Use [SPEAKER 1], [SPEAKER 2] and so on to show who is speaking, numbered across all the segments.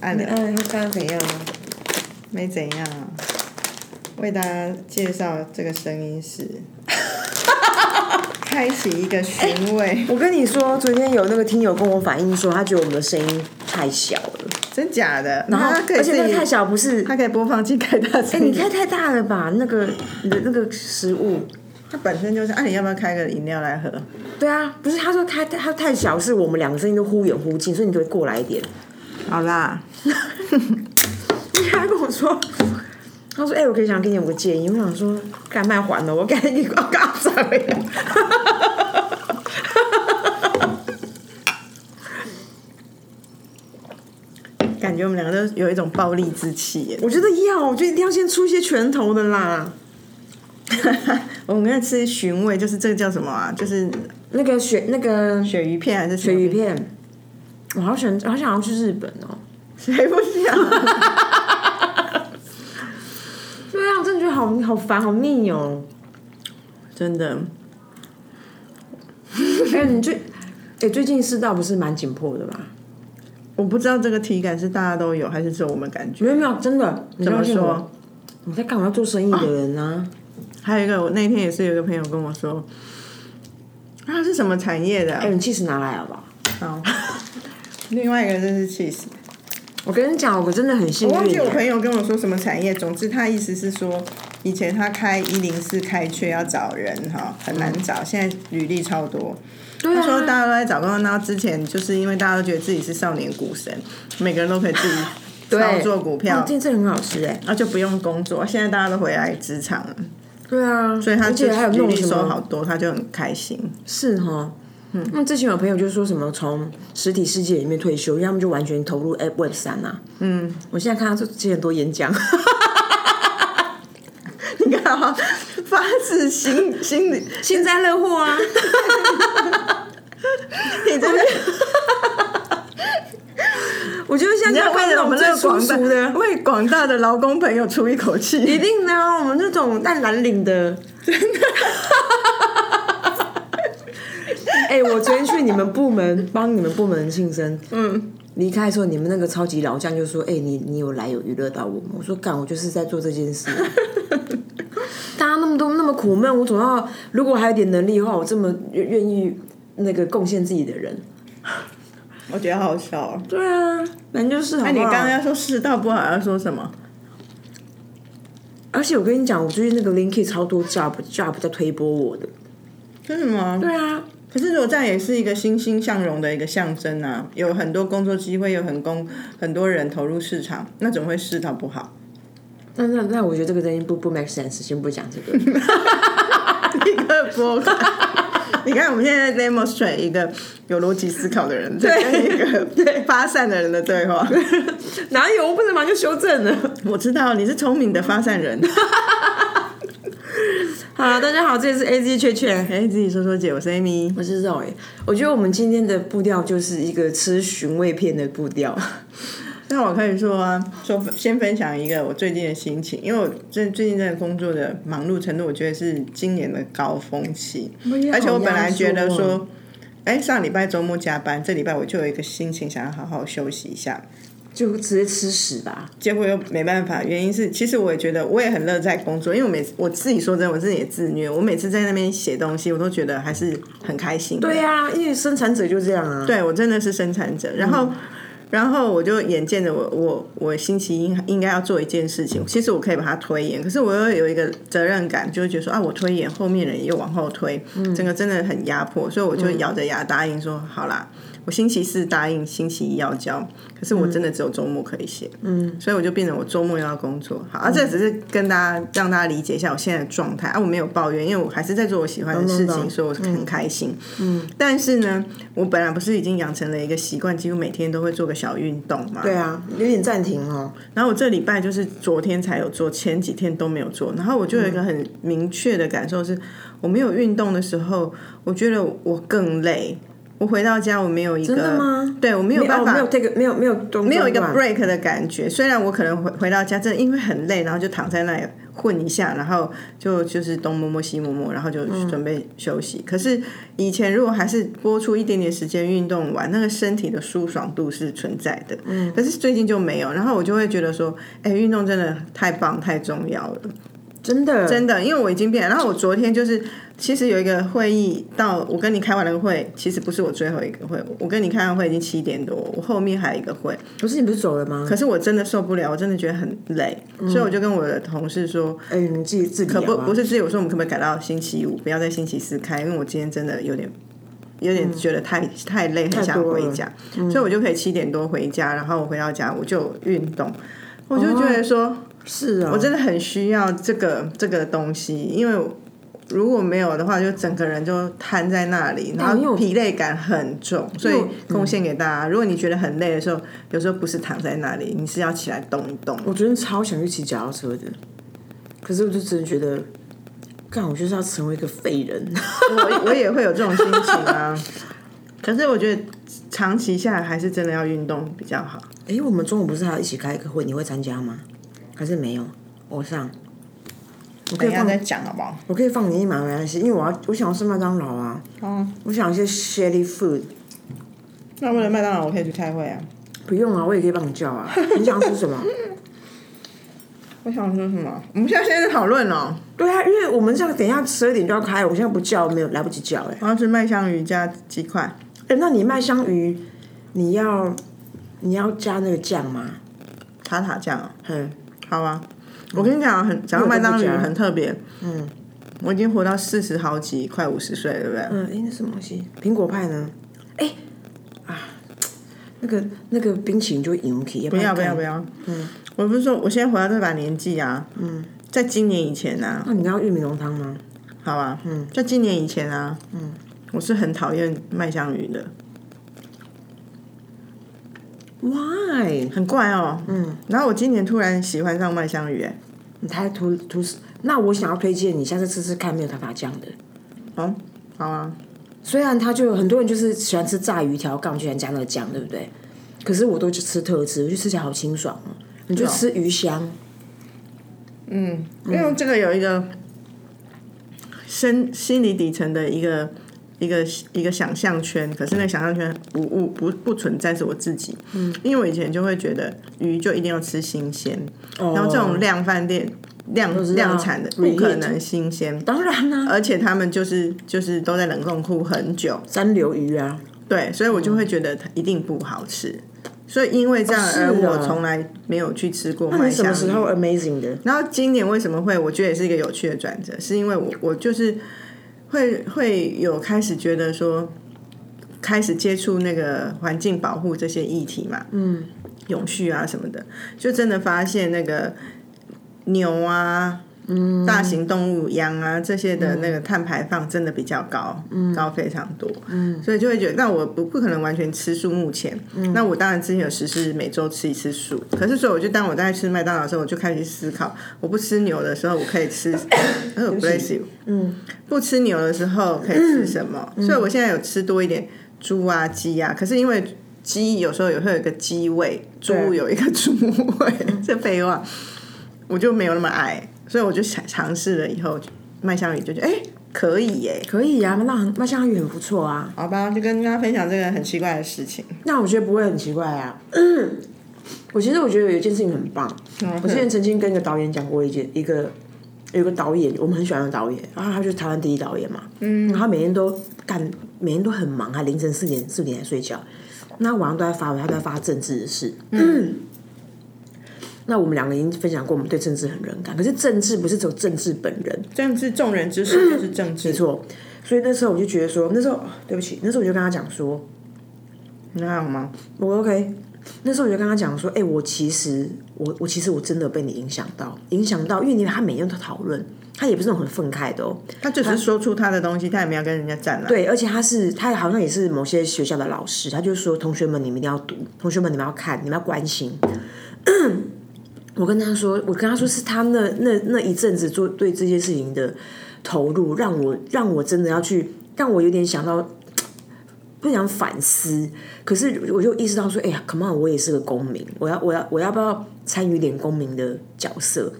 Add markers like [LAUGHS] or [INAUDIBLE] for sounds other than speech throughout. [SPEAKER 1] 按
[SPEAKER 2] 你
[SPEAKER 1] 了，
[SPEAKER 2] 按了会发生怎样啊？
[SPEAKER 1] 没怎样啊。为大家介绍这个声音是，
[SPEAKER 2] [LAUGHS]
[SPEAKER 1] 开启一个寻
[SPEAKER 2] [LAUGHS]
[SPEAKER 1] 味，
[SPEAKER 2] 我跟你说，昨天有那个听友跟我反映说，他觉得我们的声音太小了，
[SPEAKER 1] 真假的？
[SPEAKER 2] 然后
[SPEAKER 1] 它可以
[SPEAKER 2] 而且
[SPEAKER 1] 自
[SPEAKER 2] 那太
[SPEAKER 1] 己，
[SPEAKER 2] 小不是，
[SPEAKER 1] 它可以播放器开大
[SPEAKER 2] 哎、
[SPEAKER 1] 声
[SPEAKER 2] 你
[SPEAKER 1] 一
[SPEAKER 2] 开
[SPEAKER 1] 点。
[SPEAKER 2] 太大了吧？那个你的那个食物，
[SPEAKER 1] 它本身就是，啊，你要不要开个饮料来喝？
[SPEAKER 2] 对啊，不是他说开他太小，是我们两个声音都忽远忽近，所以你可不可以过来一点。
[SPEAKER 1] 好
[SPEAKER 2] [LAUGHS]
[SPEAKER 1] 啦，
[SPEAKER 2] 你还跟我说，他说：“哎、我可以想给你有个建议。”我想说，干卖还了，我给你广告怎么样？
[SPEAKER 1] [LAUGHS] 感觉我们两个都有一种暴力之气 [LAUGHS] 耶。
[SPEAKER 2] [LAUGHS] 我觉得要，我觉得一定要先出一些拳头的啦。
[SPEAKER 1] 我们刚才吃寻味，就是这个叫什么啊？就是
[SPEAKER 2] 那个鳕那个
[SPEAKER 1] 鳕鱼片还是什
[SPEAKER 2] 鳕
[SPEAKER 1] 么
[SPEAKER 2] 鱼？片，我好想好想要去日本哦、
[SPEAKER 1] 谁不想啊？
[SPEAKER 2] 对啊，我真的觉得好好烦，好腻哦、
[SPEAKER 1] [LAUGHS] 真的，
[SPEAKER 2] [LAUGHS] 哎、你最哎、最近世道不是蛮紧迫的吧？
[SPEAKER 1] 我不知道这个体感是大家都有，还是只有我们感觉。
[SPEAKER 2] 没有没有，真的，你
[SPEAKER 1] 怎么
[SPEAKER 2] 相信我
[SPEAKER 1] 说？？
[SPEAKER 2] 你在干嘛？要做生意的人啊，
[SPEAKER 1] 还有一个，我那天也是有一个朋友跟我说，啊是什么产业的
[SPEAKER 2] 哎、
[SPEAKER 1] 啊？
[SPEAKER 2] 你气势拿来好不好？
[SPEAKER 1] 好， [LAUGHS] 另外一个真是气死。
[SPEAKER 2] 我跟你讲，我真的很幸
[SPEAKER 1] 我
[SPEAKER 2] 运、
[SPEAKER 1] 忘记我
[SPEAKER 2] 哎
[SPEAKER 1] 朋友跟我说什么产业，总之他意思是说，以前他开一零四开缺要找人哈，很难找，现在履历超多。
[SPEAKER 2] 对
[SPEAKER 1] 他说
[SPEAKER 2] 啊，
[SPEAKER 1] 大家都在找工作，然后之前就是因为大家都觉得自己是少年股神，每个人都可以自己
[SPEAKER 2] 对
[SPEAKER 1] 操作股票
[SPEAKER 2] 哦，这这很好吃哎、
[SPEAKER 1] 然后就不用工作。现在大家都回来职场了，
[SPEAKER 2] 对啊，
[SPEAKER 1] 所以他
[SPEAKER 2] 而
[SPEAKER 1] 就
[SPEAKER 2] 且还有那
[SPEAKER 1] 履
[SPEAKER 2] 种
[SPEAKER 1] 历
[SPEAKER 2] 什
[SPEAKER 1] 收
[SPEAKER 2] 么
[SPEAKER 1] 好多，他就很开心。 [LAUGHS]
[SPEAKER 2] 是哈。嗯，那之前有朋友就说什么从实体世界里面退休，因为他们就完全投入 App Web 三啊。嗯，我现在看他之前很多
[SPEAKER 1] [LAUGHS]
[SPEAKER 2] 演讲，
[SPEAKER 1] 你看啊，发自心心里，
[SPEAKER 2] 幸灾乐祸啊。
[SPEAKER 1] 你
[SPEAKER 2] [LAUGHS]
[SPEAKER 1] 真的，
[SPEAKER 2] 我觉得现
[SPEAKER 1] 你
[SPEAKER 2] 在
[SPEAKER 1] 要为
[SPEAKER 2] 看
[SPEAKER 1] 了
[SPEAKER 2] 到
[SPEAKER 1] 我
[SPEAKER 2] 我
[SPEAKER 1] 们
[SPEAKER 2] 们这
[SPEAKER 1] 这个
[SPEAKER 2] 粗
[SPEAKER 1] 广大
[SPEAKER 2] 俗的，
[SPEAKER 1] 为广大的劳工朋友出一口
[SPEAKER 2] [LAUGHS] 一
[SPEAKER 1] 气。
[SPEAKER 2] 定的啊，我们这种淡蓝领的， [LAUGHS] 哎、我昨天去你们部门帮你们部门庆生，
[SPEAKER 1] 嗯，
[SPEAKER 2] 离开的时候，你们那个超级老将就说：“哎、你你有来有娱乐到我吗？”我说：“干，我就是在做这件事、 [LAUGHS] 啊。”大家那么多那么苦闷，我总要如果还有点能力的话，我这么愿愿意那个贡献自己的人，
[SPEAKER 1] 我觉得好笑哦。
[SPEAKER 2] 对啊，人就是好不
[SPEAKER 1] 那
[SPEAKER 2] 好。
[SPEAKER 1] 你刚刚要说世道不好，要说什么？
[SPEAKER 2] 而且我跟你讲，我最近那个 Linky 超多 job job 在推波我的，
[SPEAKER 1] 是什么？
[SPEAKER 2] 对啊，
[SPEAKER 1] 可是，如果这样也是一个欣欣向荣的一个象征啊！有很多工作机会，有很工很多人投入市场，那怎么会市道不好？
[SPEAKER 2] 那那那我觉得这个东西不不 make sense，先不讲这
[SPEAKER 1] [LAUGHS]
[SPEAKER 2] 个。 [LAUGHS]
[SPEAKER 1] 立刻拨开。你看，我们现在在 demonstrate 一个有逻辑思考的人，在跟一个对发散的人的对 [LAUGHS] 话。
[SPEAKER 2] 哪有？我不能马上就修正了。 [LAUGHS]
[SPEAKER 1] 我知道你是聪明的发散人。
[SPEAKER 2] 好，大家好，这里是 A Z 雀雀，
[SPEAKER 1] 哎，自己说说姐，我是 Amy。
[SPEAKER 2] 我是 Zoe。我觉得我们今天的步调就是一个吃寻味片的步调。
[SPEAKER 1] 那我可以说啊，说先分享一个我最近的心情，因为我最最近这个工作的忙碌程度，我觉得是今年的高峰期。 [LAUGHS] 而且我本来觉得说，哎，上礼拜周末加班，这礼拜我就有一个心情想要好好休息一下，
[SPEAKER 2] 就直接吃屎吧。
[SPEAKER 1] 结果又没办法，原因是其实我也觉得我也很乐在工作，因为我每次我自己说真的，我自己也自虐，我每次在那边写东西，我都觉得还是很开心的。
[SPEAKER 2] 对呀、因为生产者就这样啊。
[SPEAKER 1] 对我真的是生产者，然后。然后我就眼见着我我我星期一应该要做一件事
[SPEAKER 2] 嗯
[SPEAKER 1] 情，其实我可以把它推延，可是我又有一个责任感，就会觉得说啊，我推延，后面人又往后推，
[SPEAKER 2] 嗯
[SPEAKER 1] 整个真的很压迫，所以我就咬着牙答应说、好啦，我星期四答应，星期一要交，可是我真的只有周末可以写，嗯，所以我就变成我周末又要工作。好，啊，这只是跟大家让大家理解一下我现在的状态啊，我没有抱怨，因为我还是在做我喜欢的事
[SPEAKER 2] 懂嗯
[SPEAKER 1] 情，
[SPEAKER 2] 懂
[SPEAKER 1] 所以我很开心。但是呢，我本来不是已经养成了一个习惯，几乎每天都会做个小运动嘛。
[SPEAKER 2] 对。啊，有点暂停哦。
[SPEAKER 1] 然后我这礼拜就是昨天才有做，前几天都没有做。然后我就有一个很明确的感受是，我没有运动的时候，我觉得我更累。我回到家，我没有一个
[SPEAKER 2] 真的吗？
[SPEAKER 1] 对我没有办
[SPEAKER 2] 没
[SPEAKER 1] 法
[SPEAKER 2] 有这个，没有没有没
[SPEAKER 1] 没有一个 break 的感觉。虽然我可能回回到家，真的因为很累，然后就躺在那里混一下，然后就就是东摸摸西摸摸，然后就准备休息。可是以前如果还是播出一点点时间运动完，那个身体的舒爽度是存在的。嗯，可是最近就没有，然后我就会觉得说，哎、运动真的太棒太重要了。
[SPEAKER 2] 真的
[SPEAKER 1] 真的，因为我已经变了。然后我昨天就是，其实有一个会议到我跟你开完了个会，其实不是我最后一个会，我跟你开完会已经七点多，我后面还有一个会，
[SPEAKER 2] 不是你不是走了吗？
[SPEAKER 1] 可是我真的受不了，我真的觉得很累，所以我就跟我的同事说，
[SPEAKER 2] 哎、你自嗯己自己、啊、
[SPEAKER 1] 不不是自己，我说我们可不可以改到星期五，不要在星期四开，因为我今天真的有点。有
[SPEAKER 2] 嗯
[SPEAKER 1] 点觉得太、太累，很想回家，所以我就可以七点多回家，然后我回到家我就运动，我
[SPEAKER 2] 哦
[SPEAKER 1] 就觉得说，
[SPEAKER 2] 是啊，
[SPEAKER 1] 我真的很需要这个这个东西，因为如果没有的话，就整个人就瘫在那里，
[SPEAKER 2] 但
[SPEAKER 1] 然
[SPEAKER 2] 因为
[SPEAKER 1] 后
[SPEAKER 2] 我
[SPEAKER 1] 疲累感很重，所以贡献给大家。如果你觉得很累的时候，有时候不是躺在那里，你是要起来动一动。
[SPEAKER 2] 我昨天超想去骑脚踏车的，可是我就真的觉得，干我就是要成为一个废人。 [LAUGHS]
[SPEAKER 1] 我我也会有这种心情啊，可是我觉得长期下来还是真的要运动比较好。
[SPEAKER 2] 哎、我们中午不是还要一起开一个会，你会参加吗？还是没有？我上，我可以放，
[SPEAKER 1] 讲好不好？
[SPEAKER 2] 我可以放你一马没关系，因为我要我想要吃麦当劳啊，
[SPEAKER 1] 嗯，
[SPEAKER 2] 我想要一些 shelly food，
[SPEAKER 1] 那为了麦当劳，我可以去开会啊。
[SPEAKER 2] 不用啊，我也可以帮你叫啊。你想吃什么？ [LAUGHS]
[SPEAKER 1] 我想说什么？我们现在现在在讨论哦，
[SPEAKER 2] 对啊，因为我们这样等一下十二点就要开，我现在不叫没有来不及叫哎、
[SPEAKER 1] 我要吃麦香鱼加鸡块。
[SPEAKER 2] 哎、那你麦香鱼，你要你要加那个酱吗？
[SPEAKER 1] 塔塔酱、哦，
[SPEAKER 2] 嗯，
[SPEAKER 1] 好啊。我跟你讲啊，很讲到麦当鱼很特别，
[SPEAKER 2] 嗯
[SPEAKER 1] 我已经活到四十好几，快五十岁了，对不对？
[SPEAKER 2] 嗯，哎、那什么东西？苹果派呢？哎、啊，那个那个冰淇淋就会引起，
[SPEAKER 1] 不
[SPEAKER 2] 不
[SPEAKER 1] 要不
[SPEAKER 2] 干
[SPEAKER 1] 要不要，嗯，我不是说我现在活到这把年纪啊，嗯，在今年以前啊，
[SPEAKER 2] 那你要玉米浓汤吗？
[SPEAKER 1] 好吧，嗯，在今年以前啊，嗯，我是很讨厌麦香鱼的，
[SPEAKER 2] Why？
[SPEAKER 1] 很怪哦，嗯，然后我今年突然喜欢上麦香鱼、哎，
[SPEAKER 2] 你太涂涂，那我想要推荐你下次吃吃看没有塔塔酱的。
[SPEAKER 1] 哦，好啊，
[SPEAKER 2] 虽然他就很多人就是喜欢吃炸鱼条，杠喜欢加那个酱，对不对？可是我都去吃特吃，我就吃起来好清爽哦。你就吃鱼香，嗯
[SPEAKER 1] 因为这个有一个深心理底层的一个一个一个想象圈，可是那个想象圈不不不不存在是我自己，嗯，因为我以前就会觉得鱼就一定要吃新鲜，然后这种量饭店量
[SPEAKER 2] 哦知道嗯
[SPEAKER 1] 量产的不可能新鲜，
[SPEAKER 2] 当然啦、
[SPEAKER 1] 而且他们就是就是都在冷冻库很久，
[SPEAKER 2] 三流鱼啊，
[SPEAKER 1] 对，所以我就会觉得它一定不好吃。所以因为这样，
[SPEAKER 2] 嗯哦是
[SPEAKER 1] 而我
[SPEAKER 2] 啊
[SPEAKER 1] 从来没有去吃过
[SPEAKER 2] 那
[SPEAKER 1] 麦
[SPEAKER 2] 你什
[SPEAKER 1] 香
[SPEAKER 2] 么时
[SPEAKER 1] 鱼。
[SPEAKER 2] 候 amazing 的？
[SPEAKER 1] 然后今年为什么会？我觉得也是一个有趣的转折，是因为我我就是会会有开始觉得说，开始接触那个环境保护这些议题嘛，嗯，永续啊什么的，就真的发现那个牛啊。嗯，大型动物羊啊这些的那个碳排放真的比较高，嗯，高非常多，嗯，所以就会觉得，那我不不可能完全吃素目前，那我当然之前有实施每周吃一次素，可是所以我就当我在吃麦当劳的时候，我就开始去思考，我不吃牛的时候，我可以 [COUGHS] 吃，哦 bless you，
[SPEAKER 2] 嗯，
[SPEAKER 1] 不吃牛的时候可以吃什么？所以我现在有吃多一点猪啊、鸡啊，可是因为鸡有时候也会有一个鸡味，猪
[SPEAKER 2] 对
[SPEAKER 1] 有一个猪味， [LAUGHS] 这废话，我就没有那么爱，所以我就想尝试了以后，麦香鱼就觉得哎、可以耶、
[SPEAKER 2] 可以啊，那很那香鱼很不错啊。
[SPEAKER 1] 好吧，就跟大家分享这个很奇怪的事情。
[SPEAKER 2] 那我觉得不会很奇怪啊。 [CLEARS THROAT] 我其实我觉得有一件事情很棒，
[SPEAKER 1] [LAUGHS]
[SPEAKER 2] 我之前曾经跟一个导演讲过一件一个有一个导演，我们很喜欢的导演，然后他就是台湾第一导演嘛，嗯，他每天都干，每天都很忙，他凌晨四点四点才睡觉，那晚上都在发文，他都在发政治的事。 [CLEARS THROAT] 那我们两个已经分享过，我们对政治很敏感，可是政治不是只有政治本人，
[SPEAKER 1] 政治众人之事就是政治，没
[SPEAKER 2] 没。错。所以那时候我就觉得说，那时候哦对不起，那时候我就跟他讲说，
[SPEAKER 1] 你还好吗？
[SPEAKER 2] 我 OK。那时候我就跟他讲说，哎、我其实我我其实我真的被你影响到，影响到，因为你他每天都讨论，他也不是那种很愤慨的哦。
[SPEAKER 1] 他就只是说出他的东西，他也没有跟人家啊站了。，
[SPEAKER 2] 对，而且他是他好像也是某些学校的老师，他就说同学们你们一定要读，同学们你们要看，你们要关心。 [CLEARS THROAT] 我跟他说，我跟他说是他那那那一阵子做对这些事情的投入，让我让我真的要去，让我有点想到不不想反思，可是我就意识到说，哎呀，come on，我也是个公民，我要我要我要不要参与一点公民的角色？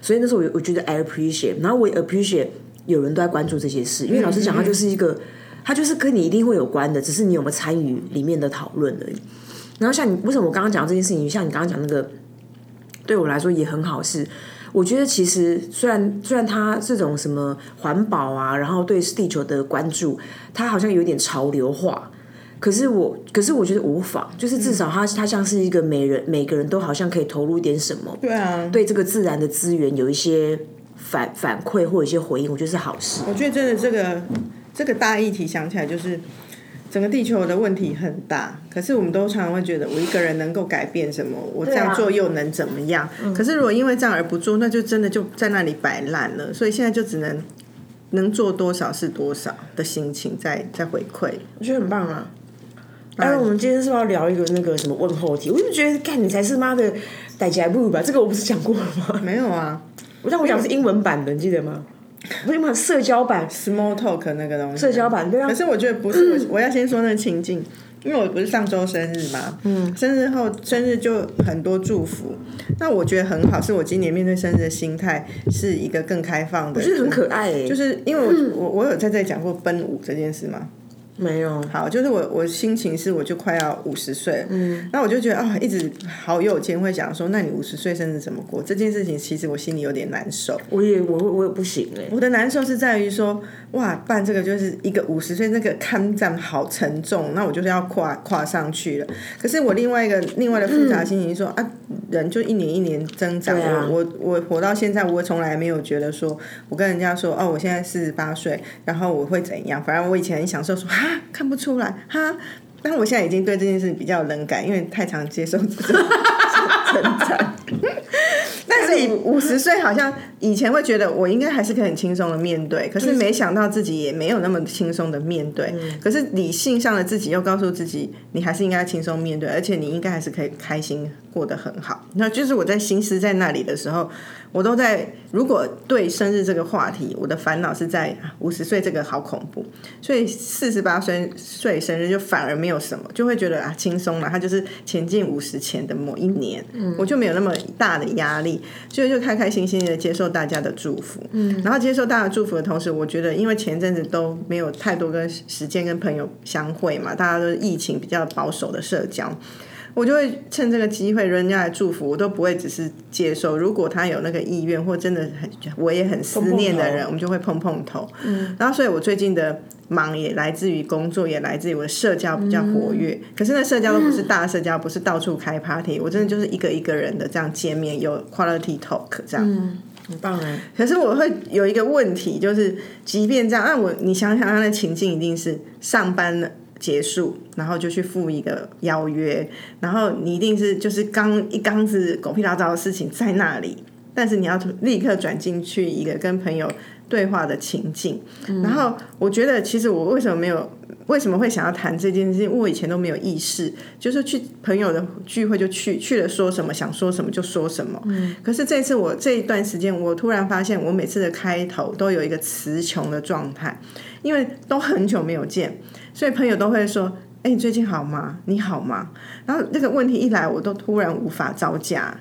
[SPEAKER 2] 所以那时候我我觉得 I appreciate，然后我也 appreciate 有人都在关注这些事，因为老实讲，它就是一个，它就是跟你一定会有关的，只是你有没有参与里面的讨论而已。然后像你，为什么我刚刚讲这件事情，像你刚刚讲那个，对我来说也很好是。我觉得其实虽然虽然它这种什么环保啊，然后对地球的关注，它好像有点潮流化，可是我可是我觉得无妨，就是至少它它像是一个每人每个人都好像可以投入一点什么，
[SPEAKER 1] 对啊，
[SPEAKER 2] 对这个自然的资源有一些反反馈或有一些回应，我觉得是好事。
[SPEAKER 1] 我觉得真的这个这个大议题想起来就是。整个地球的问题很大，可是我们都常常会觉得，我一个人能够改变什么？我这样做又能怎么样？可是如果因为这样而不做，那就真的就在那里摆烂了。所以现在就只能能做多少是多少的心情在在回馈。
[SPEAKER 2] 我觉得很棒啊！哎，我们今天是不是要聊一个那个什么问候题？我就觉得，干你才是妈的逮起来不如吧？这个我不是讲过了吗？
[SPEAKER 1] 没有啊
[SPEAKER 2] 我但我讲的是英文版的，你记得吗？不是嘛，社交版，
[SPEAKER 1] ，small talk 那个东西，
[SPEAKER 2] 社交版对啊
[SPEAKER 1] 可。是我觉得不是，我我要先说那个情境，因为我不是上周生日嘛，嗯，生日后生日就很多祝福，那我觉得很好，是我今年面对生日的心态是一个更开放的，
[SPEAKER 2] 我觉得很可爱哎、
[SPEAKER 1] 就是因为我我我有在这里讲过奔五这件事嘛，
[SPEAKER 2] 没有，
[SPEAKER 1] 好，就是我我心情是我就快要五十岁，嗯，那我就觉得啊、一直好友间会讲说，那你五十岁生日怎么过？这件事情其实我心里有点难受。
[SPEAKER 2] 我也我我也不行哎、
[SPEAKER 1] 我的难受是在于说，哇，办这个就是一个五十岁那个看站好沉重，那我就是要跨跨上去了。可是我另外一个另外的复杂心情是说、啊，人就一年一年增长，
[SPEAKER 2] 对啊
[SPEAKER 1] 我我我活到现在，我从来没有觉得说，我跟人家说哦，我现在四十八岁，然后我会怎样？反正我以前很享受说哈看不出来哈，但我现在已经对这件事比较冷感，因为太常接受这种成长。但是你五十岁好像以前会觉得我应该还是可以很轻松的面对，可是嗯没想到自己也没有那么轻松的面对。可是理性上的自己又告诉自己，你还是应该轻松面对，而且你应该还是可以开心过得很好。那就是我在心思在那里的时候，我都在如果对生日这个话题，我的烦恼是在啊五十岁这个好恐怖，所以四十八岁岁生日就反而没有什么，就会觉得啊轻松了，它就是前进五十前的某一年，
[SPEAKER 2] 嗯
[SPEAKER 1] 我就没有那么大的压力，所以就开开心心的接受大家的祝福，嗯，然后接受大家的祝福的同时，我觉得因为前阵子都没有太多跟时间跟朋友相会嘛，大家都是疫情比较保守的社交，我就会趁这个机会，人家来祝福，我都不会只是接受。如果他有那个意愿，或真的很我也很思念的人，
[SPEAKER 2] 碰碰头
[SPEAKER 1] 我们就会碰碰头。嗯，然后所以我最近的忙也来自于工作，也来自于我的社交比较活跃。可是那社交都不是大社交，不是到处开 party，我真的就是一个一个人的这样见面，有 quality talk 这样。
[SPEAKER 2] 很棒哎、
[SPEAKER 1] 可是我会有一个问题，就是即便这样，那啊我你想想，他的情境一定是上班了结束，然后就去赴一个邀约，然后你一定是就是刚一缸子狗屁倒灶的事情在那里，但是你要立刻转进去一个跟朋友对话的情境。然后我觉得，其实我为什么没有为什么会想要谈这件事情？我以前都没有意识，就是去朋友的聚会就去，去了说什么想说什么就说什么。嗯、可是这次我这一段时间，我突然发现，我每次的开头都有一个词穷的状态，因为都很久没有见，所以朋友都会说。哎、你最近好吗？你好吗？然后那个问题一来，我都突然无法招架。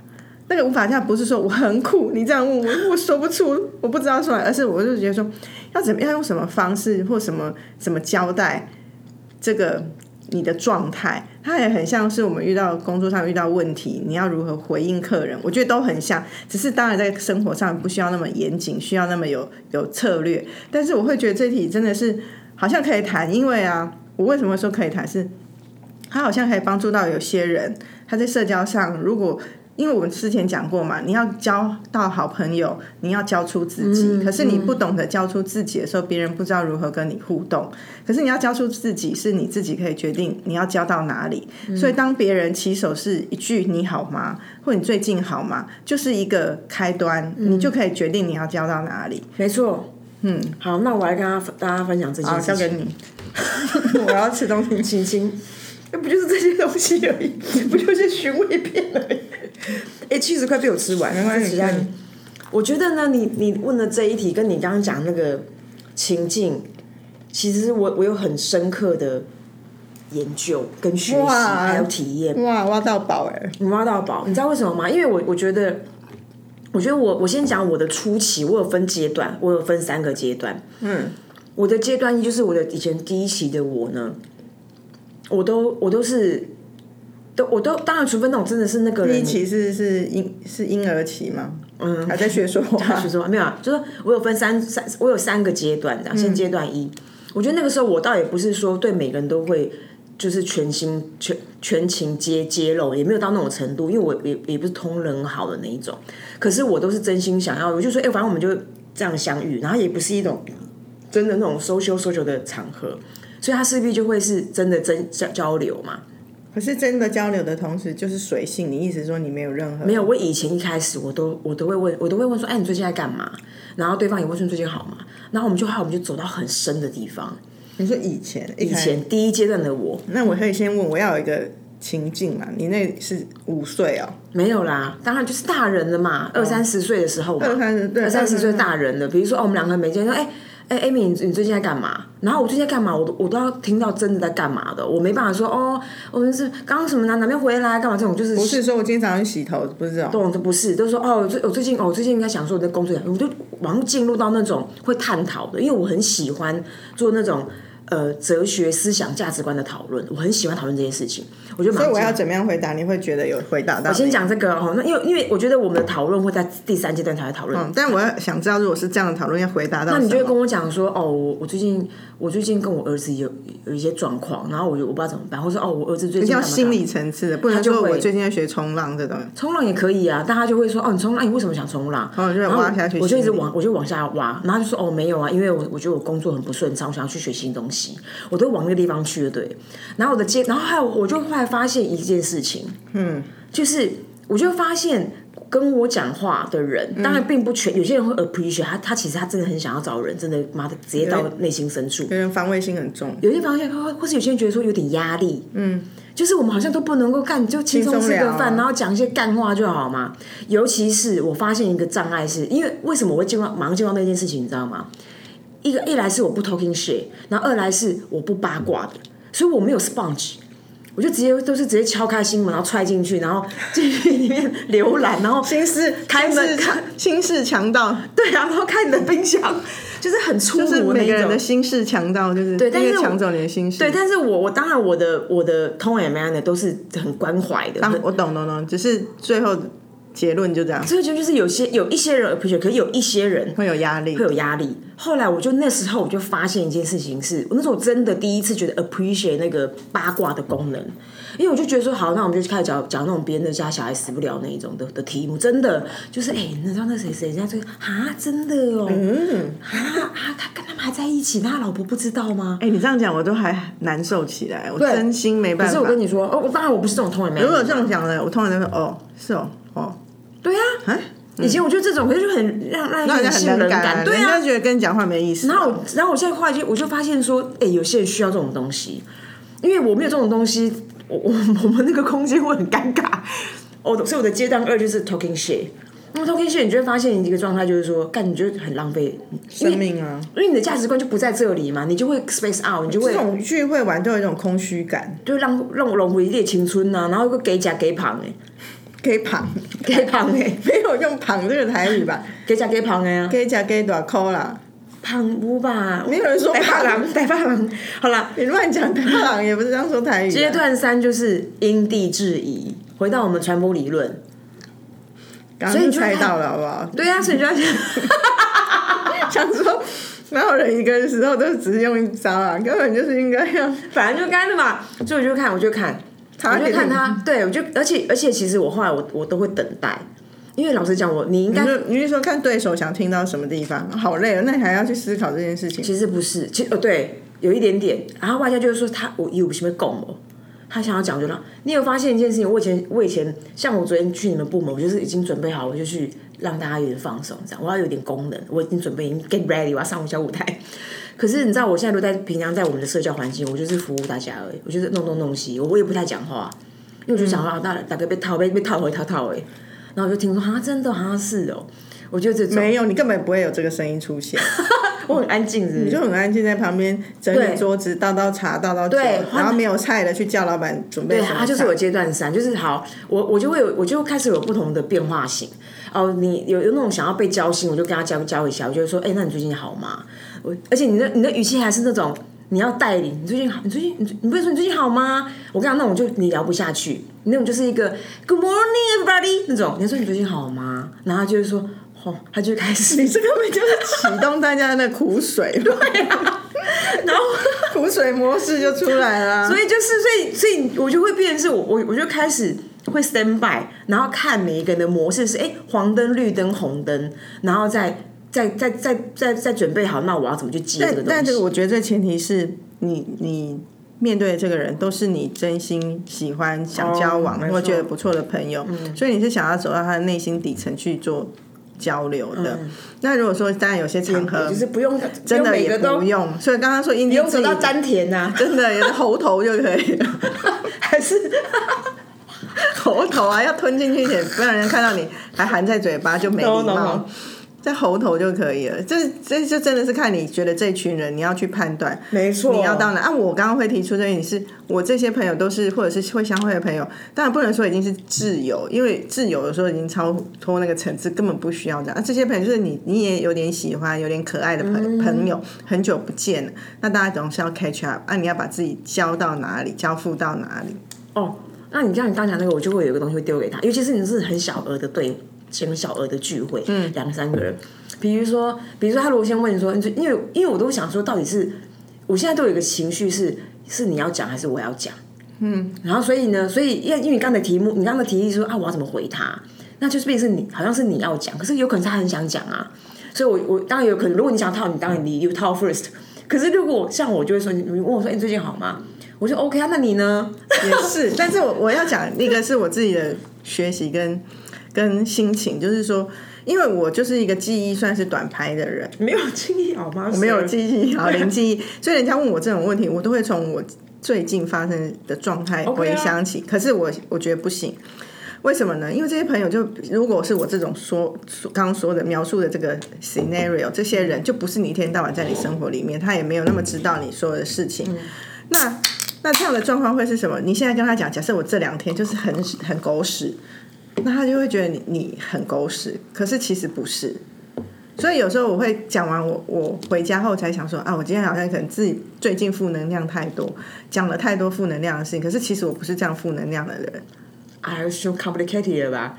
[SPEAKER 1] 那个无法架不是说我很苦，你这样问我，我说不出，我不知道出来，而是我就觉得说，要怎么样用什么方式或什么怎么交代这个你的状态，它也很像是我们遇到工作上遇到问题，你要如何回应客人，我觉得都很像，只是当然在生活上不需要那么严谨，需要那么有有策略，但是我会觉得这题真的是好像可以谈，因为啊，我为什么说可以谈是，它好像可以帮助到有些人，他在社交上如果因为我们之前讲过嘛，你要交到好朋友，你要交出自己。可是你不懂得交出自己的时候，别人不知道如何跟你互动。可是你要交出自己，是你自己可以决定你要交到哪里。所以当别人起手是一句“你好吗”或“你最近好吗”，就是一个开端，你就可以决定你要交到哪里。
[SPEAKER 2] 没错。嗯，好，那我来跟大家大家分享这件
[SPEAKER 1] 好，
[SPEAKER 2] 事
[SPEAKER 1] 交给
[SPEAKER 2] 情。
[SPEAKER 1] 你。 [LAUGHS] 我要吃东西。
[SPEAKER 2] 亲亲，那不就是这些东西而已，不就是寻味片而已。 [LAUGHS] 哎、七十块被我吃完，
[SPEAKER 1] 没关系
[SPEAKER 2] 这其他你我觉得呢，你你问的这一题，跟你刚刚讲那个情境，其实我我有很深刻的研究跟学习，
[SPEAKER 1] 哇
[SPEAKER 2] 还有体验，
[SPEAKER 1] 哇，挖到宝哎、
[SPEAKER 2] 你挖到宝。你知道为什么吗？因为我我觉得，我觉得我我先讲我的初期，我有分阶段，我有分三个阶段。
[SPEAKER 1] 嗯，
[SPEAKER 2] 我的阶段一就是我的以前第一期的我呢，我都我都是。都我都当然，除非那种真的是那个人
[SPEAKER 1] 第一期是是婴是婴儿期吗？
[SPEAKER 2] 嗯
[SPEAKER 1] 还在学说 [LAUGHS] 话
[SPEAKER 2] 就，是说没有啊，就是我有分三三，我有三个阶段这样。先阶段一，我觉得那个时候我倒也不是说对每个人都会就是全心全全情皆揭露，也没有到那种程度，因为我也也不是通人好的那一种。可是我都是真心想要，我就说，哎、反正我们就这样相遇，然后也不是一种真的那种 social social 的场合，所以他势必就会是真的真交交流嘛。
[SPEAKER 1] 可是真的交流的同时就是随性。你意思说你没有任何
[SPEAKER 2] 没有，我以前一开始我都我都会问，我都会问说，哎，你最近在干嘛？然后对方也会说你最近好吗？然后我们就还有我们就走到很深的地方。
[SPEAKER 1] 你说以前
[SPEAKER 2] 以
[SPEAKER 1] 以
[SPEAKER 2] 前第一阶段的我
[SPEAKER 1] 那我可以先问，我要有一个情境嘛？你那是五岁哦，
[SPEAKER 2] 没有啦，当然就是大人了嘛，二三十岁的时候嘛，
[SPEAKER 1] 哦二三十对嗯
[SPEAKER 2] 二三十岁
[SPEAKER 1] 二三十
[SPEAKER 2] 大人了。比如说，哦，我们两个每天说，哎。哎、a m y 你你最近在干嘛？然后我最近在干嘛？我都我都要听到真的在干嘛的，我没办法说哦，我们是刚什么哪哪边回来干嘛这种，就是
[SPEAKER 1] 不是说我今天早上去洗头，不是这种。
[SPEAKER 2] 懂都不是，都说哦，我最我最近哦，我最近应该想说我在工作，我就马上进入到那种会探讨的，因为我很喜欢做那种呃哲学思想价值观的讨论，我很喜欢讨论这些事情。我就马
[SPEAKER 1] 所以
[SPEAKER 2] 上
[SPEAKER 1] 我要怎么样回答？你会觉得有回答到？
[SPEAKER 2] 我先，讲这个哦，那因为因为我觉得我们的讨论会在第三阶段才会讨论。
[SPEAKER 1] 嗯，但我要想知道，如果是这样的讨论，要回答到什
[SPEAKER 2] 那
[SPEAKER 1] 么
[SPEAKER 2] 你就会跟我讲说，哦，我我最近我最近跟我儿子有有一些状况，然后我就我不知道怎么办，或者哦，我儿子最近
[SPEAKER 1] 要
[SPEAKER 2] 干嘛
[SPEAKER 1] 心
[SPEAKER 2] 干嘛
[SPEAKER 1] 理层次的，不能
[SPEAKER 2] 就
[SPEAKER 1] 说
[SPEAKER 2] 会
[SPEAKER 1] 我最近在学冲浪这种。
[SPEAKER 2] 冲浪也可以啊，但他就会说哦，你冲浪，你为什么想冲浪？
[SPEAKER 1] 哦就
[SPEAKER 2] 然后
[SPEAKER 1] 挖下去
[SPEAKER 2] 我就一直
[SPEAKER 1] 心里
[SPEAKER 2] 往，我就往下挖，然后他就说哦，没有啊，因为我我觉得我工作很不顺畅，我想要去学新东西，我都往那个地方去了，对。然后我的接，然后还有我就后来发现一件事情，
[SPEAKER 1] 嗯，
[SPEAKER 2] 就是我就发现跟我讲话的
[SPEAKER 1] 嗯
[SPEAKER 2] 人，当然并不全，有些人会 appreciate 他，他其实他真的很想要找人，真的妈的直接到内心深处。
[SPEAKER 1] 有人防卫心很重，
[SPEAKER 2] 有些发现，或或是有些人觉得说有点压力，
[SPEAKER 1] 嗯，
[SPEAKER 2] 就是我们好像都不能够干，就轻松吃
[SPEAKER 1] 轻松
[SPEAKER 2] 个
[SPEAKER 1] 聊
[SPEAKER 2] 饭，
[SPEAKER 1] 啊
[SPEAKER 2] 然后讲一些干话就好嘛。尤其是我发现一个障碍是，因为为什么我会进入到马上进入到那件事情，你知道吗？一个一来是我不 talking shit，然后二来是我不八卦的，所以我没有 sponge。我就直接都是直接敲开心门，然后踹进去，然后进去里面浏览，然后
[SPEAKER 1] 心事
[SPEAKER 2] 开门
[SPEAKER 1] 心事
[SPEAKER 2] 看
[SPEAKER 1] 心事强盗，
[SPEAKER 2] 对啊，然后看你的冰箱，就是很粗
[SPEAKER 1] 就是
[SPEAKER 2] 鲁的那
[SPEAKER 1] 每
[SPEAKER 2] 一
[SPEAKER 1] 个人
[SPEAKER 2] 种
[SPEAKER 1] 的。心事强盗，就是
[SPEAKER 2] 对但是
[SPEAKER 1] 因为
[SPEAKER 2] 我
[SPEAKER 1] 抢走你的心事。
[SPEAKER 2] 对，但是我我当然我的我的通 M N 的都是很关怀的，
[SPEAKER 1] 啊
[SPEAKER 2] 很
[SPEAKER 1] 我懂懂懂，只是最后结论就这样，
[SPEAKER 2] 所以就是有些有一些人 appreciate，可是有一些人
[SPEAKER 1] 会有压力
[SPEAKER 2] 会。有压力。后来我就那时候我就发现一件事情是，我那时候真的第一次觉得 appreciate 那个八卦的功能，因为我就觉得说好，那我们就开始讲讲那种别人的家小孩死不了那一种的的题目，真的就是哎、你知道那谁谁人家就啊，真的哦，嗯，啊啊，他跟他们还在一起，那他老婆不知道吗？
[SPEAKER 1] 哎、你这样讲我都还难受起来，我
[SPEAKER 2] 对
[SPEAKER 1] 真心没办
[SPEAKER 2] 可
[SPEAKER 1] 法。
[SPEAKER 2] 是我跟你说，哦，我当然我不是这种通人，没
[SPEAKER 1] 如果有这种讲的，我通常都说哦，是哦，哦，
[SPEAKER 2] 对啊，
[SPEAKER 1] 哎，
[SPEAKER 2] 以前我觉得这种可是就很让让
[SPEAKER 1] 那人
[SPEAKER 2] 人
[SPEAKER 1] 家
[SPEAKER 2] 信
[SPEAKER 1] 很
[SPEAKER 2] 任
[SPEAKER 1] 难改、
[SPEAKER 2] 感，对啊
[SPEAKER 1] 人，家觉得跟你讲话没意思。
[SPEAKER 2] 然后我，然后我现在后来就我就发现说，哎、有些人需要这种东西，因为我没有这种东西，我 [LAUGHS] 我我们那个空间会很尴尬。我的所以我的阶段二就是 talking shit。那么 talking shit，你就会发现你一个状态就是说，干你就很浪费，因
[SPEAKER 1] 生
[SPEAKER 2] 为
[SPEAKER 1] 命啊，
[SPEAKER 2] 因为你的价值观就不在这里嘛，你就会 space out，你就
[SPEAKER 1] 这
[SPEAKER 2] 会
[SPEAKER 1] 种聚会玩都有一种空虚感，
[SPEAKER 2] 就让让我融回一点青春呐、然后又给假给胖哎，
[SPEAKER 1] [LAUGHS] 可以欸旁，
[SPEAKER 2] 给胖哎，
[SPEAKER 1] 没有用旁这个台语 [LAUGHS] 吧？
[SPEAKER 2] 给假给胖哎啊，
[SPEAKER 1] 可以加可以多扣啦，
[SPEAKER 2] 胖不吧？
[SPEAKER 1] 没有人说
[SPEAKER 2] [LAUGHS] 白发
[SPEAKER 1] 胖
[SPEAKER 2] 郎，白发郎，好啦，
[SPEAKER 1] 你乱讲，大郎也不是这样说台语、
[SPEAKER 2] 阶
[SPEAKER 1] 啊。
[SPEAKER 2] 段三就是因地制宜，回到我们传播理论。
[SPEAKER 1] 刚
[SPEAKER 2] 所以
[SPEAKER 1] 刚
[SPEAKER 2] 你就
[SPEAKER 1] 猜
[SPEAKER 2] 看
[SPEAKER 1] 到了好不好？
[SPEAKER 2] 对啊，所以就要讲
[SPEAKER 1] [LAUGHS]
[SPEAKER 2] [LAUGHS]
[SPEAKER 1] 想说，哪有人一个人时候都只是用一招啊？根本就是应该要
[SPEAKER 2] 反正就该的嘛。所以我就看，我就看，我就看他，对我就，而且而且，其实我后来我我都会等待，因为老实讲，我你应
[SPEAKER 1] 你
[SPEAKER 2] 该
[SPEAKER 1] 就你是说看对手想听到什么地方？好累哦，那你还要去思考这件事情。
[SPEAKER 2] 其实不是，其实哦对，有一点点。然后外加就是说他我有什么共哦，他想要讲就让你有发现一件事情，我以前我以前像我昨天去你们部门，我就是已经准备好，我就去让大家有点放松，这样我要有点功能，我已经准备已经 get ready，我要上小舞台。 [LAUGHS] 可是你知道，我现在都在平常在我们的社交环境，我就是服务大家而已，我就是弄东弄西，我也不太讲话，因为我就想说，大啊大概被套被被套回套套哎，啊然后我就听说啊，真的好像是哦，我就这种。 [LAUGHS]
[SPEAKER 1] 没有，你根本不会有这个声音出现。
[SPEAKER 2] 我很安静，是
[SPEAKER 1] 你
[SPEAKER 2] 不是
[SPEAKER 1] 就很安静在旁边整
[SPEAKER 2] 对
[SPEAKER 1] 理桌子，倒倒茶，倒倒酒，
[SPEAKER 2] 对
[SPEAKER 1] 然后没有菜了去叫老板准备
[SPEAKER 2] 对，
[SPEAKER 1] 什么
[SPEAKER 2] 它就是
[SPEAKER 1] 菜
[SPEAKER 2] 有阶段三，就是好，我我就会有，我就开始有不同的变化型。哦，你有有那种想要被交心，我就跟他交交一下，我就会说，哎、那你最近好吗？我而且你的你的语气还是那种你要带领，你最近好，你最近你最你不会说你最近好吗？我跟你讲，那种就你聊不下去，那种就是一个 Good morning everybody 那种，你说你最近好吗？然后他就会说，哦，他就会开始，
[SPEAKER 1] 你这根本就是启动大家的苦
[SPEAKER 2] [LAUGHS]
[SPEAKER 1] 水，对啊，
[SPEAKER 2] 然后。
[SPEAKER 1] 苦水模式就出来了。
[SPEAKER 2] 所以就是，所以所以我就会变成是我我我就开始会 stand by，然后看每一个人的模式是哎、诶黄灯、绿灯、红灯，然后再再再再再再准备好，那我要怎么去接这个
[SPEAKER 1] 但
[SPEAKER 2] 东
[SPEAKER 1] 但是
[SPEAKER 2] 西？
[SPEAKER 1] 我觉得这前提是你你面对的这个人都是你真心喜欢、想交往，
[SPEAKER 2] 哦嗯
[SPEAKER 1] 然
[SPEAKER 2] 没
[SPEAKER 1] 后
[SPEAKER 2] 错
[SPEAKER 1] 觉得不错的朋友，所以你是想要走到他的内心底层去做交流的。那如果说当然有些场合
[SPEAKER 2] 嗯就是不用
[SPEAKER 1] 真的
[SPEAKER 2] 每
[SPEAKER 1] 也
[SPEAKER 2] 个都
[SPEAKER 1] 不用，所以刚刚说应
[SPEAKER 2] 不
[SPEAKER 1] 该
[SPEAKER 2] 用
[SPEAKER 1] 自
[SPEAKER 2] 走
[SPEAKER 1] 己
[SPEAKER 2] 到丹田呐、
[SPEAKER 1] 真的也是喉头就可
[SPEAKER 2] [LAUGHS]
[SPEAKER 1] 以了，[LAUGHS]
[SPEAKER 2] 还是
[SPEAKER 1] 喉头啊要吞进去一点，不让人看到你还含在嘴巴就没礼
[SPEAKER 2] 懂懂
[SPEAKER 1] 貌
[SPEAKER 2] 懂。
[SPEAKER 1] 在喉头就可以了，这这这真的是看你觉得这群人你要去判断，
[SPEAKER 2] [LAUGHS] 没错
[SPEAKER 1] 你要到哪啊？我刚刚会提出这点是，我这些朋友都是或者是会相会的朋友，当然不能说已经是挚友，因为挚友有时候已经超脱那个层次，根本不需要这样。啊，这些朋友就是你，你也有点喜欢、有点可爱的朋、朋友，很久不见了，那大家总是要 catch up 啊，你要把自己交到哪里，交付到哪里。
[SPEAKER 2] 哦，那你像你刚才那个，我就会有一个东西会丢给他，尤其是你是很小额的对，很小额的聚会，嗯，两三个人，比如说，比如说他如果先问你说，你最因为因为我都想说，到底是我现在都有一个情绪是是你要讲还是我要讲，嗯，然后所以呢，所以因为因为你刚才题目，你刚才提议说啊，我要怎么回他，那就是变成是你好像是你要讲，可是有可能是他很想讲啊，所以我我当然有可能，如果你想套，你当然你 you 套 first。可是如果像我就会说，你你问我说，哎、你最近好吗？我说 OK 啊，那你呢？
[SPEAKER 1] 也是， [LAUGHS] 但是我我要讲那个是我自己的学习跟跟心情，就是说，因为我就是一个记忆算是短拍的人，
[SPEAKER 2] 没有经历好吗？我
[SPEAKER 1] 没有记忆好零记忆，所以人家问我这种问题，我都会从我最近发生的状态
[SPEAKER 2] OK 啊
[SPEAKER 1] 回想起。可是我我觉得不行，为什么呢？因为这些朋友就如果是我这种说说刚刚说的描述的这个 scenario，这些人就不是你一天到晚在你生活里面，他也没有那么知道你所有的事情。
[SPEAKER 2] 嗯
[SPEAKER 1] 那那这样的状况会是什么？你现在跟他讲，假设我这两天就是很很狗屎，那他就会觉得你你很狗屎，可是其实不是。所以有时候我会讲完我，我回家后才想说啊，我今天好像可能自己最近负能量太多，讲了太多负能量的事情。可是其实我不是这样负能量的人，
[SPEAKER 2] 哎呦，是 complicated 了吧？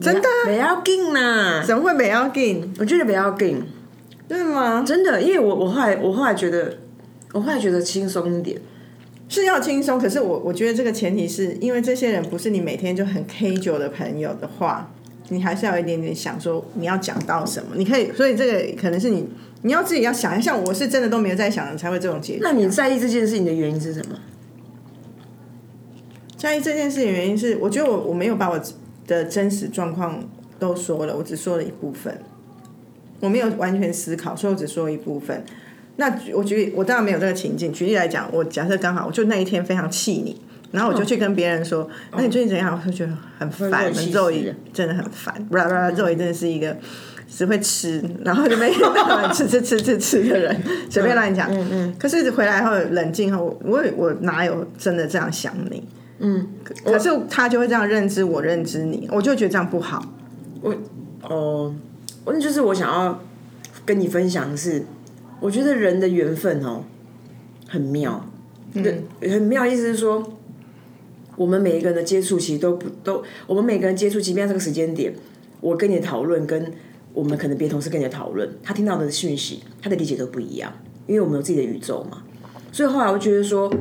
[SPEAKER 1] 真的啊
[SPEAKER 2] 不要啊紧啦，
[SPEAKER 1] 怎么会没要 gain？
[SPEAKER 2] 我觉得不要紧，
[SPEAKER 1] 对吗？
[SPEAKER 2] 真的，因为我我后来我后来觉得，我后来觉得轻松一点，
[SPEAKER 1] 是要轻松，可是我我觉得这个前提是因为这些人不是你每天就很 K 酒的朋友的话，你还是要有一点点想说你要讲到什么，你可以，所以这个可能是你你要自己要想一下，我是真的都没有在想才会这种结局。
[SPEAKER 2] 那你在意这件事情的原因是什么？
[SPEAKER 1] 在意这件事情的原因是，我觉得我我没有把我的真实状况都说了，我只说了一部分，我没有完全思考，所以我只说一部分。那举我举例我当然没有这个情境，举例来讲，我假设刚好我就那一天非常气你，然后我就去跟别人说，那你最近怎样？我就觉得很
[SPEAKER 2] 会
[SPEAKER 1] 烦，
[SPEAKER 2] 气死
[SPEAKER 1] 肉姨真的很烦，不啦不啦，肉姨真的是一个。只会吃，然后就没有吃吃吃吃吃的人，随便乱讲。嗯嗯。可是回来后冷静后，我也我哪有真的这样想你？嗯可是他就会这样认知我，认知你，我就觉得这样不好。
[SPEAKER 2] 哦，那就是我想要跟你分享的是，我觉得人的缘分哦很妙，对、很妙，意思是说，我们每一个人的接触其实都不都，我们每个人接触，即便这个时间点，我跟你的讨论跟我们可能别的同事跟你的讨论，他听到的讯息，他的理解都不一样，因为我们有自己的宇宙嘛。所以后来我觉得说，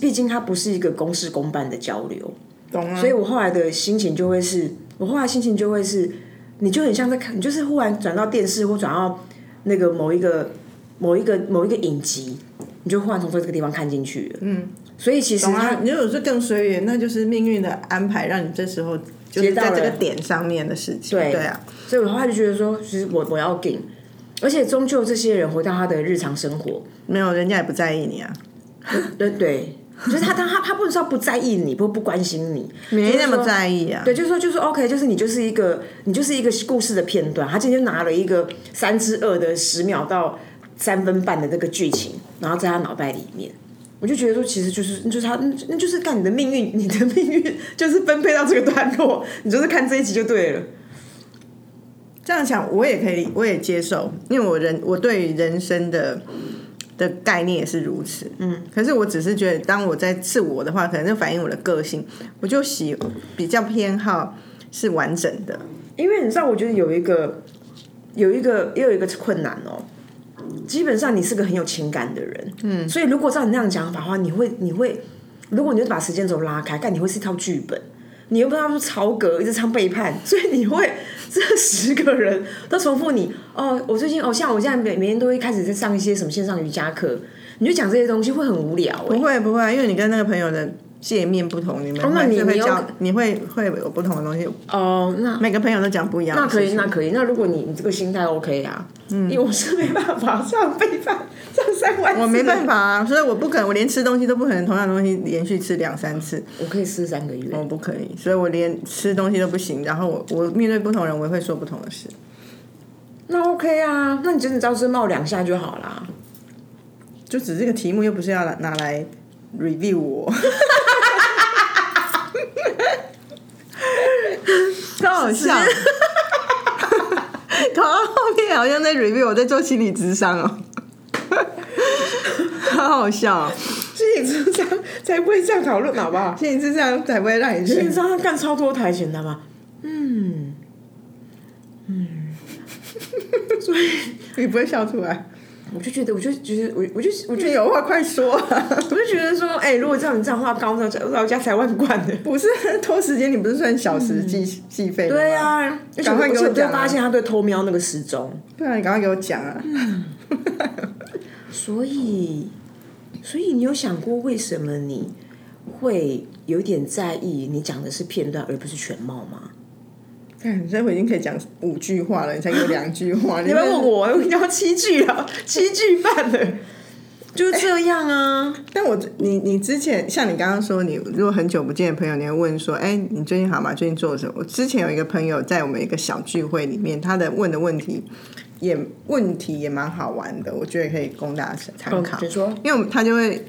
[SPEAKER 2] 毕竟它不是一个公事公办的交流，
[SPEAKER 1] 懂啊？
[SPEAKER 2] 所以我后来的心情就会是，我后来心情就会是，你就很像在看，你就是忽然转到电视或转到那个某一个某一个某一个影集，你就忽然从这个地方看进去了。嗯，所以其实
[SPEAKER 1] 懂
[SPEAKER 2] 它
[SPEAKER 1] 啊？你如果是更随缘，那就是命运的安排，让你这时候就是在这个点上面的事情。
[SPEAKER 2] 对
[SPEAKER 1] 对啊，
[SPEAKER 2] 所以我后来就觉得说，其实我我要给，而且终究这些人回到他的日常生活， [LAUGHS]
[SPEAKER 1] 没有人家也不在意你啊。
[SPEAKER 2] 对对，就是他他他他不是说不在意你，不不关心你，
[SPEAKER 1] 没那
[SPEAKER 2] 就是
[SPEAKER 1] 么
[SPEAKER 2] 说
[SPEAKER 1] 在意啊。
[SPEAKER 2] 对，就是说，就是 OK，就是你就是一个，你就是一个故事的片段。他今天就拿了一个三之二的十秒到三分半的这个剧情，然后在他脑袋里面，我就觉得说，其实就是就是他，那那就是看你的命运，你的命运就是分配到这个段落，你就是看这一集就对了。
[SPEAKER 1] 这样想我也可以，我也接受，因为我人我对人生的的概念也是如此。嗯，可是我只是觉得，当我在自我的话，可能就反映我的个性，我就喜比较偏好是完整的。
[SPEAKER 2] 因为你知道，我觉得有一个有一个也有一个困难哦。基本上你是个很有情感的人，嗯，所以如果照你那样讲法的话，你会你会，如果你就把时间轴拉开，但你会是一套剧本，你又不知道是曹格一直唱背叛，所以你会这十个人都重复你哦。我最近哦，像我现在每每天都会开始在上一些什么线上瑜伽课，你就讲这些东西会很无聊、欸
[SPEAKER 1] 不，会不会，因为你跟那个朋友的界面不同，你们
[SPEAKER 2] 哦那
[SPEAKER 1] 还
[SPEAKER 2] 你
[SPEAKER 1] 是会
[SPEAKER 2] 你有
[SPEAKER 1] 交，你会会有不同的东西。
[SPEAKER 2] 哦，那
[SPEAKER 1] 每个朋友都讲不一样的
[SPEAKER 2] 那可
[SPEAKER 1] 事
[SPEAKER 2] 以，
[SPEAKER 1] 情
[SPEAKER 2] 那可以。那如果你你这个心态 OK 啊，嗯，因为我是没办法上 [LAUGHS] 背叛上三万，
[SPEAKER 1] 我没办，法啊，所以我不可能，我连吃东西都不可能同样的东西连续吃两三次，
[SPEAKER 2] 我可以吃三个月。
[SPEAKER 1] 我哦不可以，所以我连吃东西都不行。然后我我面对不同人，我也会说不同的事。
[SPEAKER 2] 那 OK 啊，那你就你招式冒两下就好啦。
[SPEAKER 1] 就只是这个题目又不是要拿拿来 review 我， [LAUGHS] 超好笑。 [LAUGHS] 搞到后面好像在 review 我在做心理智商哦， [LAUGHS] 好好笑、哦，
[SPEAKER 2] 所以你智商才不会这样讨论，好不好？
[SPEAKER 1] 心理智商才不会让你
[SPEAKER 2] 所以你
[SPEAKER 1] 去
[SPEAKER 2] 知道他干超多台前的吗？嗯，
[SPEAKER 1] 你不会笑出来。
[SPEAKER 2] 我就觉得，我就觉得，我我就我
[SPEAKER 1] 我
[SPEAKER 2] [LAUGHS] 就
[SPEAKER 1] 觉得有话快说、啊， [LAUGHS]
[SPEAKER 2] 我就觉得说，哎、如果照你这样话高，到到家才万贯的。
[SPEAKER 1] 不是 [LAUGHS] 拖时间，你不是算小时计计费的吗？
[SPEAKER 2] 对呀、啊，而且
[SPEAKER 1] 赶
[SPEAKER 2] 我
[SPEAKER 1] 快
[SPEAKER 2] 而
[SPEAKER 1] 给
[SPEAKER 2] 且
[SPEAKER 1] 我
[SPEAKER 2] 我就
[SPEAKER 1] 讲啊
[SPEAKER 2] 发现他对偷瞄那个时钟。
[SPEAKER 1] 对啊，你赶快给我讲啊！
[SPEAKER 2] 所以，所以你有想过为什么你会有点在意你讲的是片段而不是全貌吗？
[SPEAKER 1] 看，这回已经可以讲五句话了，你才给我两句话。
[SPEAKER 2] [LAUGHS] [LAUGHS] 你
[SPEAKER 1] 你
[SPEAKER 2] 们
[SPEAKER 1] 们
[SPEAKER 2] 问我，我已经要七句了， [LAUGHS] 七句半了，就是这样啊。
[SPEAKER 1] 但我你你之前像你刚刚说，你如果很久不见的朋友，你会问说，哎、你最近好吗？最近做了什么？我之前有一个朋友在我们一个小聚会里面，他的问的问题也问题也蛮好玩的，我觉得可以供大家参考。
[SPEAKER 2] 请哦说
[SPEAKER 1] 因为我们他就会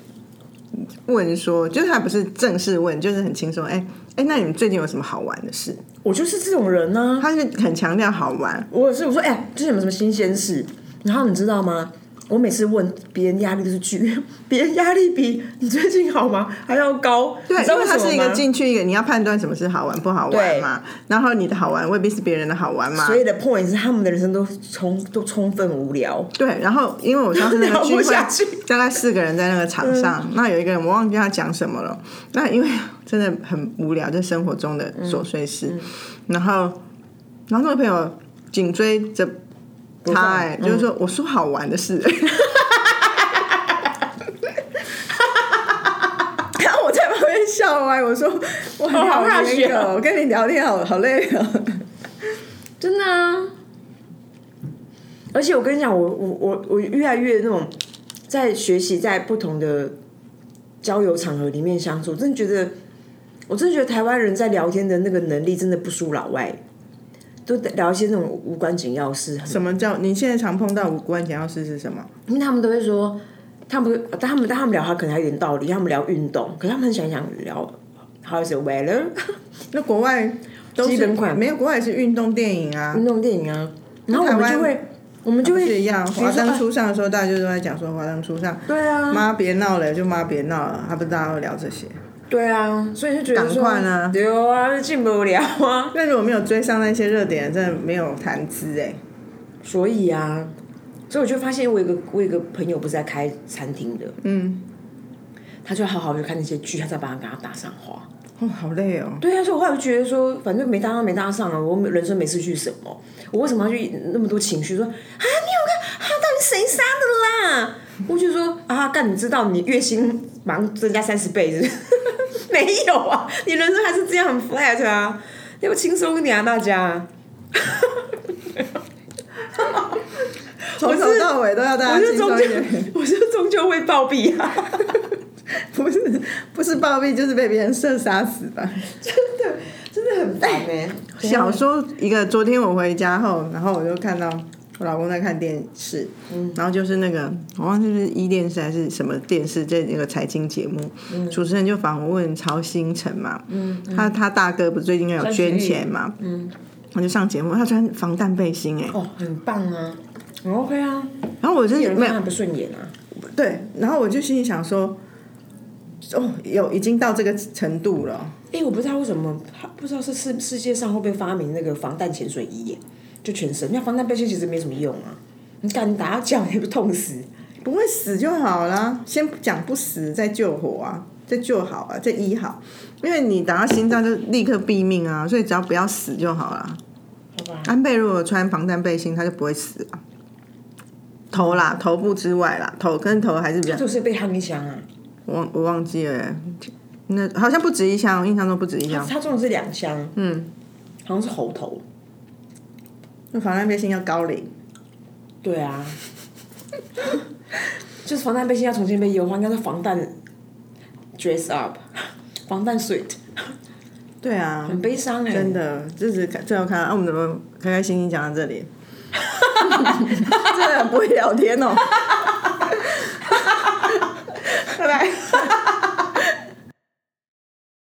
[SPEAKER 1] 问说，就是他不是正式问，就是很轻松，哎、哎、那你们最近有什么好玩的事？
[SPEAKER 2] 我就是这种人呢、
[SPEAKER 1] 他是很强调好玩，
[SPEAKER 2] 我也是，我说，哎、最近有没有什么新鲜事？然后你知道吗？我每次问别人压力都是句， [LAUGHS] 别人压力比你最近好吗还要高。
[SPEAKER 1] 对，
[SPEAKER 2] 你知道
[SPEAKER 1] 因为它
[SPEAKER 2] 什么
[SPEAKER 1] 是一个
[SPEAKER 2] 吗
[SPEAKER 1] 进去一个，你要判断什么是好玩不好玩
[SPEAKER 2] 对
[SPEAKER 1] 嘛，然后你的好玩未必是别人的好玩嘛
[SPEAKER 2] 所。以的 point 是他们的人生都充都充分无聊。
[SPEAKER 1] 对，然后因为我上次那
[SPEAKER 2] 聊
[SPEAKER 1] 个
[SPEAKER 2] [LAUGHS] 不
[SPEAKER 1] 聚会
[SPEAKER 2] 下去，嗯
[SPEAKER 1] 大概四个人在那个场上，那有一个人我忘记他讲什么了，那因为真的很无聊，就生活中的
[SPEAKER 2] 嗯
[SPEAKER 1] 琐碎事，然后然后那个朋友紧追着他、
[SPEAKER 2] 放嗯
[SPEAKER 1] 哎、就是说我说好玩的
[SPEAKER 2] [LAUGHS]
[SPEAKER 1] 事、然
[SPEAKER 2] [LAUGHS]
[SPEAKER 1] 后我在旁边笑歪，我说我
[SPEAKER 2] 好
[SPEAKER 1] 好
[SPEAKER 2] 热血
[SPEAKER 1] 累哦，我跟你聊天好好累哦。
[SPEAKER 2] 真的啊！而且我跟你讲，我我我我越来越那种在学习在不同的交友场合里面相处，真的觉得，我真的觉得台湾人在聊天的那个能力真的不输老外，都聊一些那种无关紧要的事，
[SPEAKER 1] 什么叫你现在常碰到五官想要试是什么？
[SPEAKER 2] 因为他们都会说，他们不但他们但他们聊他可能还有点道理，他们聊运动，可是他们很想想聊 how's the weather
[SPEAKER 1] 那国外都
[SPEAKER 2] 基
[SPEAKER 1] 是
[SPEAKER 2] 本款
[SPEAKER 1] 没有，国外也是运动电影啊，
[SPEAKER 2] 运动电影啊，然后我
[SPEAKER 1] 台
[SPEAKER 2] 们
[SPEAKER 1] 湾
[SPEAKER 2] 就会我们就
[SPEAKER 1] 不
[SPEAKER 2] 会
[SPEAKER 1] 是一样。
[SPEAKER 2] 比如
[SPEAKER 1] 华
[SPEAKER 2] 说
[SPEAKER 1] 灯
[SPEAKER 2] 啊
[SPEAKER 1] 初上的时候，大家就都在讲说华灯初上，
[SPEAKER 2] 对啊，
[SPEAKER 1] 妈别闹了，就妈别闹了，还不是大家会聊这些。
[SPEAKER 2] 对啊，所以就觉得说，
[SPEAKER 1] 赶快呢
[SPEAKER 2] 对啊，进不了啊。
[SPEAKER 1] 那如果没有追上那些热点，真的没有谈资哎。
[SPEAKER 2] 所以啊，所以我就发现我有一个我有一个朋友不是在开餐厅的，
[SPEAKER 1] 嗯，
[SPEAKER 2] 他就好好去看那些剧，他再把它给他打上花。
[SPEAKER 1] 哦，好累哦。
[SPEAKER 2] 对啊，所以我后来就觉得说，反正没搭上没搭上啊，我人生没失去什么，我为什么要去那么多情绪说啊？你有看啊？到底谁杀的啦？我就说啊，干，你知道你月薪马上增加三十倍是不是？ [LAUGHS] 没有啊，你人生还是这样很 flat 啊，要不轻松一点啊，大家。
[SPEAKER 1] 从头到尾都要大家
[SPEAKER 2] 我就
[SPEAKER 1] 轻
[SPEAKER 2] 终
[SPEAKER 1] 松一点。
[SPEAKER 2] 啊究，我就终究会暴毙啊！
[SPEAKER 1] [LAUGHS] 不是不是暴毙就是被别人射杀死吧？
[SPEAKER 2] [LAUGHS] 真的真的很烦哎、
[SPEAKER 1] 小说一个，昨天我回家后，然后我就看到我老公在看电视，然后就是那个我忘记是一电视还是什么电视，这一个财经节目，主持人就访问曹新成嘛，他他大哥不是最近有捐钱嘛，嗯，我就上节目，他穿防弹背心哎、
[SPEAKER 2] 哦，很棒啊，很 OK 啊，
[SPEAKER 1] 然后我真
[SPEAKER 2] 有
[SPEAKER 1] 的
[SPEAKER 2] 人
[SPEAKER 1] 没有
[SPEAKER 2] 看他不顺眼啊，
[SPEAKER 1] 对，然后我就心里想说，哦，有已经到这个程度了，
[SPEAKER 2] 哎、我不知道为什么，他不知道是世世界上会不会发明那个防弹潜水衣耶，就全身。那防弹背心其实没什么用啊，你敢你打到脚你不痛死？
[SPEAKER 1] 不会死就好啦，先讲不死再救活啊，再救好啊，再医好，因为你打到心脏就立刻毙命啊，所以只要不要死就好啦。
[SPEAKER 2] 好吧，
[SPEAKER 1] 安倍如果穿防弹背心，他就不会死啊。头啦，头部之外啦，头跟头还是比较，
[SPEAKER 2] 就是被焊一枪啊，
[SPEAKER 1] 我忘我忘记了欸，那好像不止一枪，我印象中不止一
[SPEAKER 2] 他
[SPEAKER 1] 枪。
[SPEAKER 2] 他中的是两枪，
[SPEAKER 1] 嗯，
[SPEAKER 2] 好像是猴头。
[SPEAKER 1] 那防弹背心要高领，
[SPEAKER 2] 对啊， [LAUGHS] 就是防弹背心要重新被优化，应该是防弹 dress up，防弹 suit，
[SPEAKER 1] 对啊，
[SPEAKER 2] 很悲伤哎、
[SPEAKER 1] 真的，就是看最后看到，啊，我们怎么 [LAUGHS] 开开心心讲到这里？真的很不会聊天哦。 [LAUGHS]